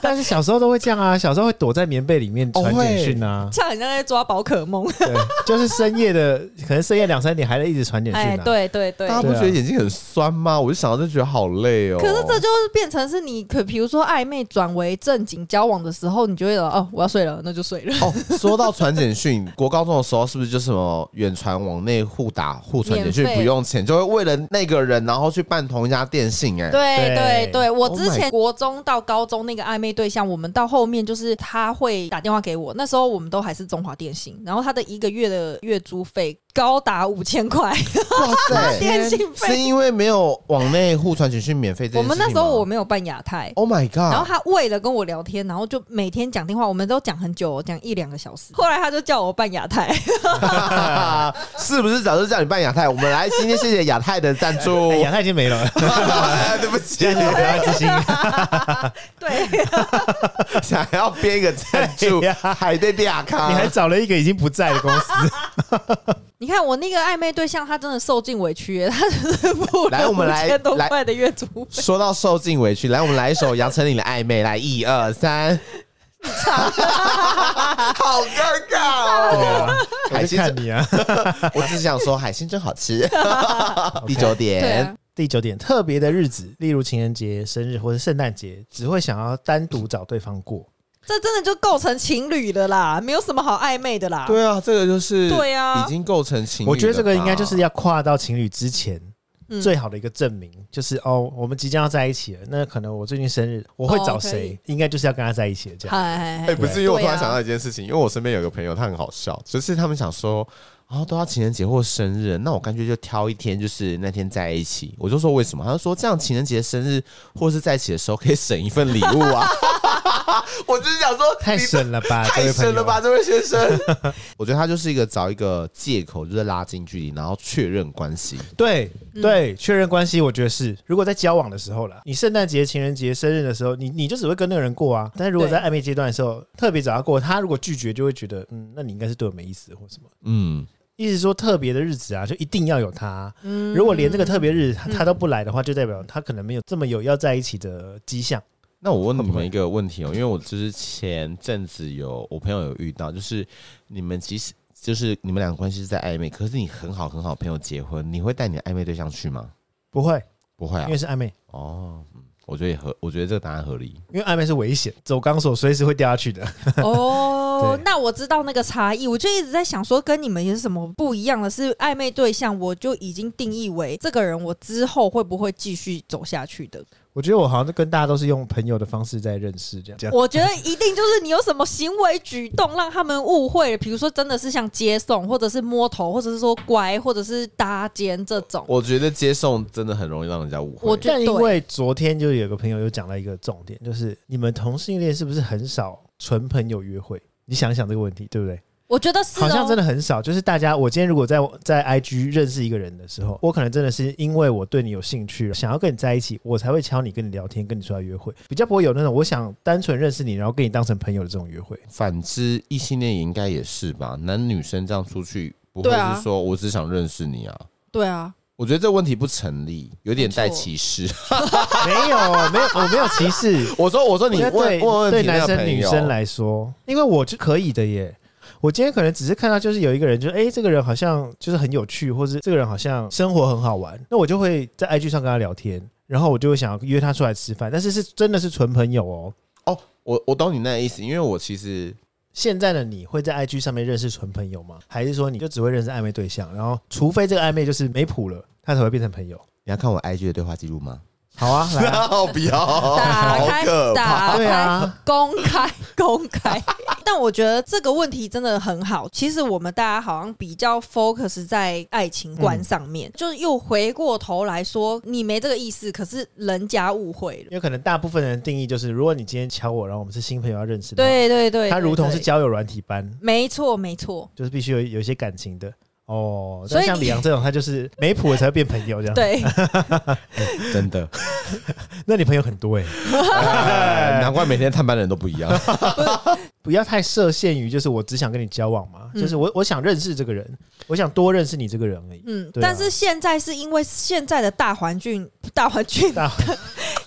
但是小时候都会这样啊，小时候会躲在棉被里面传哦会简讯啊。这样很像在抓宝可梦，对，就是深夜的，可能深夜两三点还在一直传简讯、啊哎，。对对对大，家不觉得眼睛很酸吗？我就想到就觉得好累哦。可是这就是变成是你可，比如说暧昧转为正经交往的时候，你就会有哦，我要睡了，那就睡 了，哦，说到传简讯，国高中的时候是不是就什么远传往内互打互传简讯免费不用钱，就会为了那个人然后去办同一家 电信、哎，对对对对，我 Oh 之 my 前国中到高中那个暧昧对象，我们到后面就是他会打电话给我，那时候我们都还是中华电信，然后他的一个月的月租费高达五千 块，哇塞，电信是费。因为没有往内互传简讯免费这件我事们情吗那时候我没有办亚太。 ，Oh my 然后 god，他为了跟我聊天，然后就每天讲电话，我们都讲很久哦，讲一两个小时。后来他就叫我办亚太， 是不是早就叫你办亚太？我们来今天谢谢亚太的赞助哎，亚太已 经没了，哎对不起现，在是台湾之星。对， 想要编一个赞助对哎呀，还被亚咖，你还找了一个已经不在的公司，你看我那个暧昧对象，他真的受尽委屈耶， 他就是付来了我们五来千多来块的月租费，说到受尽委屈，来，我们来一首杨丞琳的《暧昧》，来，一二三， 好尴尬对啊哦！我海就鲜看你啊。 我只是想说，海鲜真好吃。第九对点啊，第九点，特别的日子，例如情人节、生日或者圣诞节，只会想要单独找对方过。这真的就构成情侣了啦，没有什么好暧昧的啦。对啊，这个就是对啊已经构成情侣了吧。我觉得这个应该就是要跨到情侣之前。嗯最好的一个证明就是哦，我们即将要在一起了。那可能我最近生日，我会找哦可以谁？应该就是要跟他在一起的这样。嗨，哎、嗨，不是，因为我突然对啊想到一件事情，因为我身边有个朋友，他很好笑，就是他们想说，啊，都要情人节或生日，那我干脆就挑一天，就是那天在一起。我就说为什么？他就说这样情人节、生日或是在一起的时候可以省一份礼物啊。 我就是想说，太你神了吧！这太位朋友神了哎吧，这位先生！ 我觉得他就是一个找一个借口，就是拉近距离，然后确认关系。对对，确认关系，我觉得是。如果在交往的时候啦，你圣诞节、情人节、生日的时候，你你就只会跟那个人过啊。但是如果对在暧昧阶段的时候，特别找他过，他如果拒绝，就会觉得嗯，那你应该是对我没意思或什么。嗯，意思是说特别的日子啊，就一定要有他啊。如果连这个特别日他他都不来的话，就代表他可能没有这么有要在一起的迹象。那我问你们一个问题哦，因为我就是前阵子有我朋友有遇到，就是你们即使就是你们俩关系是在暧昧，可是你很好很好朋友结婚，你会带你的暧昧对象去吗？不会，不会因啊。为是暧昧，哦，嗯我觉得也合，我觉得这个答案合理。因为暧昧是危险，走钢索随时会掉下去的。 哦对，那我知道那个差异，我就一直在想说，跟你们有什么不一样的是，暧昧对象我就已经定义为这个人，我之后会不会继续走下去的？我觉得我好像跟大家都是用朋友的方式在认识，这样 这样。我觉得一定就是你有什么行为举动让他们误会了，比如说真的是像接送，或者是摸头，或者是说乖，或者是搭肩这种。我觉得接送真的很容易让人家误会。我觉得但因对为昨天就有个朋友有讲到一个重点，就是你们同性恋是不是很少纯朋友约会？你想想这个问题，对不对？我觉得是、哦，好像真的很少。就是大家，我今天如果在在 IG 认识一个人的时候，我可能真的是因为我对你有兴趣，想要跟你在一起，我才会敲你跟你聊天，跟你出来约会，比较不会有那种我想单纯认识你，然后跟你当成朋友的这种约 会。反之，异性恋也应该也是吧？男女生这样出去，不会对啊是说我只想认识你啊？对啊，我觉得这问题不成立，有点带没错歧视。 没有，没有，我没有歧视。我说，我说你我觉问得对问问对题那男个生朋女友生来说，因为我就可以的耶。我今天可能只是看到，就是有一个人就，诶哎，这个人好像就是很有趣，或是这个人好像生活很好玩，那我就会在 IG 上跟他聊天，然后我就会想要约他出来吃饭，但是是真的是纯朋友哦。哦，我我懂你那个意思，因为我其实现在的你会在 IG 上面认识纯朋友吗？还是说你就只会认识暧昧对象？然后，除非这个暧昧就是没谱了，他才会变成朋友。你要看我 IG 的对话记录吗？好 啊，来啊，要不要？打好开可怕！啊打对开啊，公开公开。 但我觉得这个问题真的很好。其实我们大家好像比较 focus 在爱情观上嗯面，就是又回过头来说，你没这个意思，可是人家误会了因。为可能大部分人的定义就是，如果你今天敲我，然后我们是新朋友要认识的话，对对对，他如同对是，交友软体般，对没错没错。就是必须有有一些感情的。哦，所但以像你李阳这种，他就是没谱了才会变朋友这 样。， 对，真的，那你朋友很多哎、 哎难怪每天探班的人都不一样。 不要太设限于就是我只想跟你交往嘛，嗯就是我我想认识这个人，我想多认识你这个人而已。嗯，对啊但是现在是因为现在的大环境，大环境大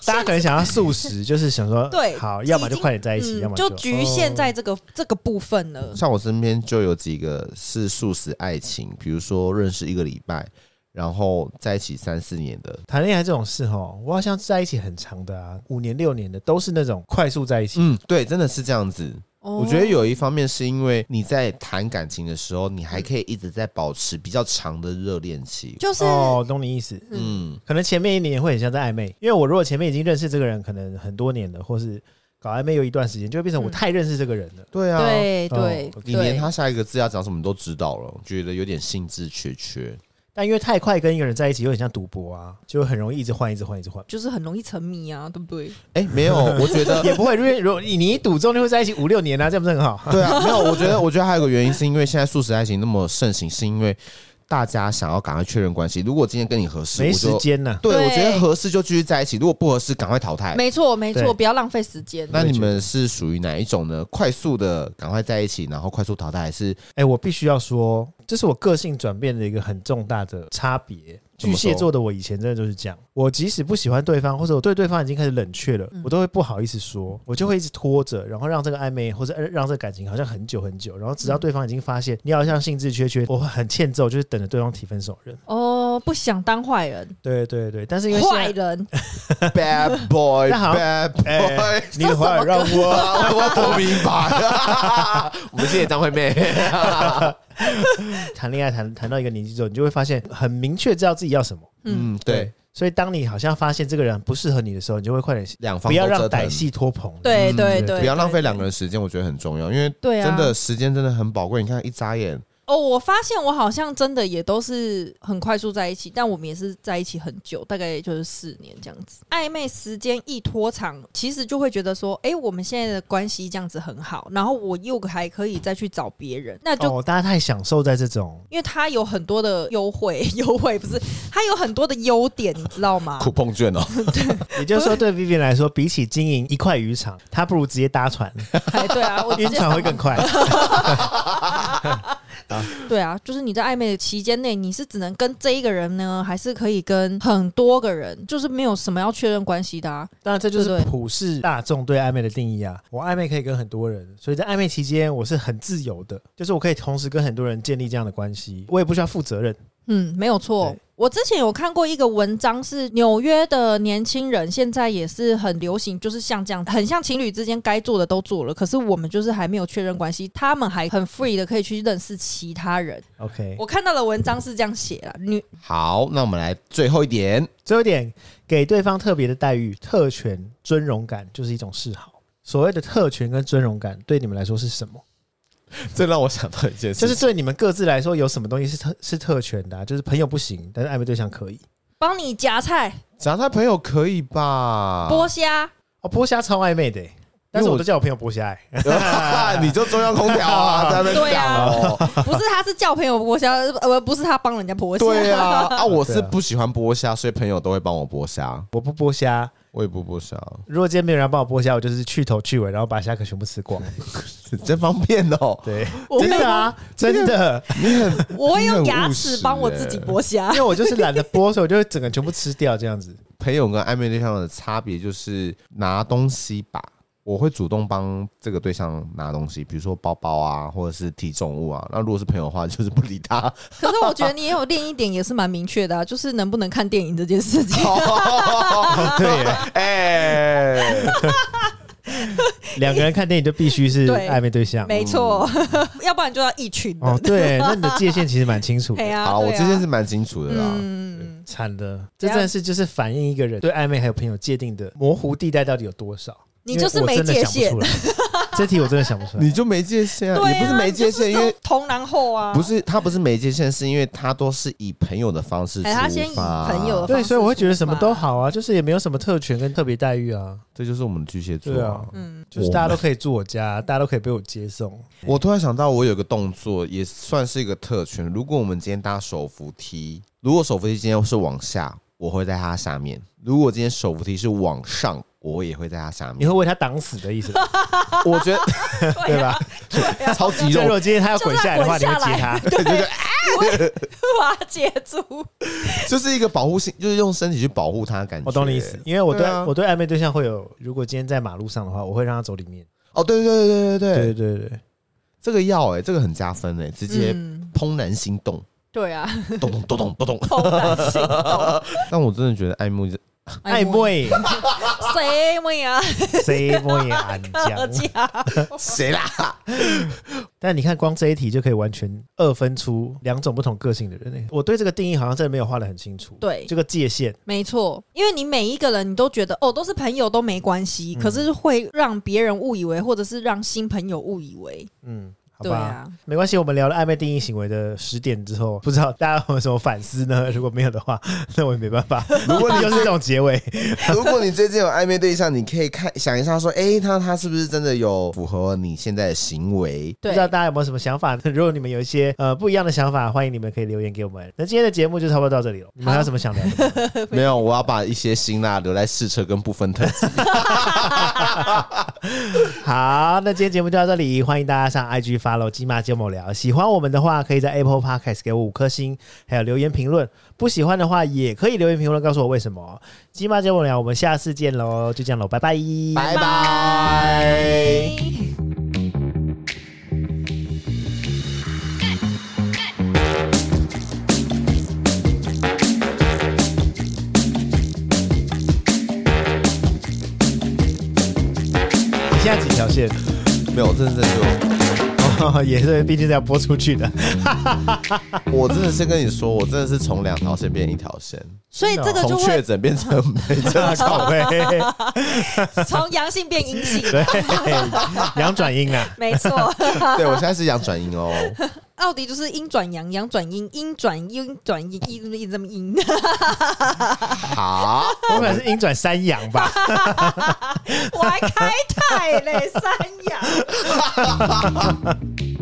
大家可能想要素 食，就是想说对好，已要么就经快点在一起，要么嗯就就哦局限在这个、这个部分了。像我身边就有几个是素食爱情，比如说认识一个礼拜，然后在一起三四年的。谈恋爱这种事哦，我好像在一起很长的啊，五年六年的都是那种快速在一起。嗯，对，真的是这样子。我哦我觉得有一方面是因为你在谈感情的时候，你还可以一直在保持比较长的热恋期。就是、哦，懂你意思。嗯，可能前面一年会很像在暧昧，因为我如果前面已经认识这个人，可能很多年了，或是搞暧昧有一段时间，就会变成我嗯太认识这个人了。对啊，对哦对我你连对，他下一个字要讲什么都知道了，觉得有点兴致缺缺。但因为太快跟一个人在一起，有点像赌博啊，就很容易一直换，一直换，一直换。 就是很容易沉迷啊，对不对？哎、没 有，我觉得也不会，因为如果你你一赌中就会在一起五六年啊，这样不是很好？ 对啊，没有，我觉得我觉得还有个原因是因为现在素食爱情那么盛行，是因为大家想要赶快确认关系。如果今天跟你合适，没我时就间呢、对对我觉得合适就继续在一起，如果不合适赶快淘汰。没错没对错，不要浪费时间。哎那你们是属于哪一种呢？快速的赶快在一起，然后快速淘汰，还 是哎、我必须要说，这是我个性转变的一个很重大的差别。怎么巨说蟹座的我以前真的就是这样，我即使不喜欢对方，或者我对对方已经开始冷却了，我都会不好意思说，我就会一直拖着，然后让这个暧昧或者呃让这个感情好像很久很久，然后直到对方已经发现你好像兴致缺缺，我会很欠揍，就是等着对方提分手的人。哦，不想当坏人，对对对，但是因为现在坏人 bad boy 那好 bad 哎、 boy？你的话让我我我不明白， 我们谢谢张惠妹。谈恋爱谈谈到一个年纪之后，你就会发现很明确知道自己要什么。嗯，对，，所以当你好像发现这个人不适合你的时候，你就会快点两方不要都让折腾歹戏拖棚。对嗯对对，不要浪费对两个人时间，我觉得很重要，因为对啊真的时间真的很宝贵。你看一眨眼，哦，我发现我好像真的也都是很快速在一起，但我们也是在一起很久，大概就是四年这样子。暧昧时间一拖长，其实就会觉得说，哎、我们现在的关系这样子很好，然后我又还可以再去找别人，那就。哦，大家太享受在这 种因为他有很多的优惠， 优惠不是他有很多的优点，你知道吗？苦碰卷哦。 也就是说，对 Vivian 来说，比起经营一块渔场， 他不如直接搭船，哎，对啊，我直晕接船会更快。对啊，就是你在暧昧的期间内，你是只能跟这一个人呢，还是可以跟很多个人？就是没有什么要确认关系的啊。当然，这就是对不对普世大众对暧昧的定义啊。我暧昧可以跟很多人，所以在暧昧期间我是很自由的，就是我可以同时跟很多人建立这样的关系，我也不需要负责任。嗯，没有错对。我之前有看过一个文章，是纽约的年轻人现在也是很流行，就是像这样，很像情侣之间该做的都做了，可是我们就是还没有确认关系，他们还很 free 的可以去认识其他人。 OK，我看到的文章是这样写了，女好，那我们来最后一点，最后一点，给对方特别的待遇、特权、尊荣感，就是一种示好。所谓的特权跟尊荣感，对你们来说是什么？这让我想到一件事，就是对你们各自来说，有什么东西是特是特权的、啊？就是朋友不行，但是暧昧对象可以。帮你夹菜、只要他朋友可以吧？剥啊虾，哦，剥虾超暧昧的欸、但是因为我我都叫我朋友剥虾、欸。 你就中央空调 啊，在那边对啊讲哦。不是他是叫朋友剥虾，呃，不是他帮人家剥虾。对啊，啊，我是对啊不喜欢剥虾，所以朋友都会帮我剥虾，我不剥虾，我也不剥 虾，如果今天没有人帮我剥虾，我就是去头去尾，然后把虾壳全部吃光。真方便哦。对，我真没的有，啊，真的， 我会用你很牙务齿实帮我欸自己啊剥虾因。为我就是懒得剥，所以我就会整个全部吃掉这样子。朋友跟暧昧对象的差别就是拿东西吧，我会主动帮这个对象拿东西，比如说包包啊，或者是提重物啊。那如果是朋友的话，就是不理他。可是我觉得你也有另一点也是蛮明确的、啊，就是能不能看电影这件事情。 对耶， 哎、两个人看电影就必须是对暧昧对象。没错，要不然就要一群哦，的。对，那你的界限其实蛮清楚哎的。呀，好，我对这啊件事蛮清楚的啦。嗯，惨的，这怎样真的是就是反映一个人对暧昧还有朋友界定的模糊地带到底有多少。你因为就是我没真的界想不出来。 这题我真的想不出来。你就没界限、啊，对也不是啊没界限，你因就为是同然后啊，不是他不是没界限，是因为他都是以朋友的方式出哎发，他先以朋友的对，所以我会觉得什么方式都出好啊，就是也没有什么特权跟特别待遇啊，这就是我们的巨蟹座、对啊 嗯，就是大家都可以住我家，大家都可以被我接送。我突然想到，我有个动作也算是一个特权。如果我们今天搭手扶梯，如果手扶梯今天是往下，我会在它下面；如果今天手扶梯是往上，我也会在它下你 面会。为他挡死的意 思吧，我觉得 对啊对吧？超级 就如肉，果今天他要就滚让下来的话，滚你会下接来他，。对，我会把它接 住。就是一个保护性，就是用身体去保护它的感觉。我懂你意思，因为我对对啊我对暧昧对象会有，如果今天在马路上的话，我会让他走里面。哦，对对对对对对，对对对，这个要哎、这个很加分哎、直接嗯，怦然心 动，对啊，咚咚咚咚咚咚。怦然心 动，但我真的觉得爱 慕哎暧昧谁妹 啊？哎谁不也安 大讲？家谁啦？但你看，光这一题就可以完全二分出两种不同个性的人、欸。我对这个定义好像真的没有画的很清楚。对这个界限，没错，因为你每一个人你都觉得哦都是朋友都没关系，可是会让别人误以为，或者是让新朋友误以为，嗯，好对吧。啊。没关系，我们聊了暧昧定义行为的十点之后，不知道大家有什么反思 呢？如果没有的话， 那我也没办法。如果你又是这种结尾， 如果你最近有暧昧对象，你可以看想一下说，哎、他他是不是真的有符合你现在的行为？不对知，道大家有没有什么想法？如果你们有一些呃不一样的想法，欢迎你们可以留言给我们。那今天的节目就差不多到这里了，你们还有什么想聊的吗？没有，我要把一些辛辣留在试车跟不分特辑。好，那今天节目就到这里，欢迎大家上 IG follow 金马节目聊。喜欢我们的话，可以在 Apple Podcast 给我五颗星，还有留言评论。不喜欢的话，也可以留言评论告诉我为什么。金马节目聊，我们下次见喽，就这样喽，拜拜，拜拜。你现在几条线？没有，真的真的哦，也是，毕竟是要播 出去的。就，我真的是跟你说，我真的是从两条线变一条线，所以这个从就确会诊变成没 症靠状。背，从阳性变阴性，对，阳转阴啊。没错。对我现在是阳转阴哦，奥迪就是阴转阳，阳转阴，阴转阴转阴，一直一直这么阴。 好，我可能是阴转三阳吧，我还开泰嘞，三阳。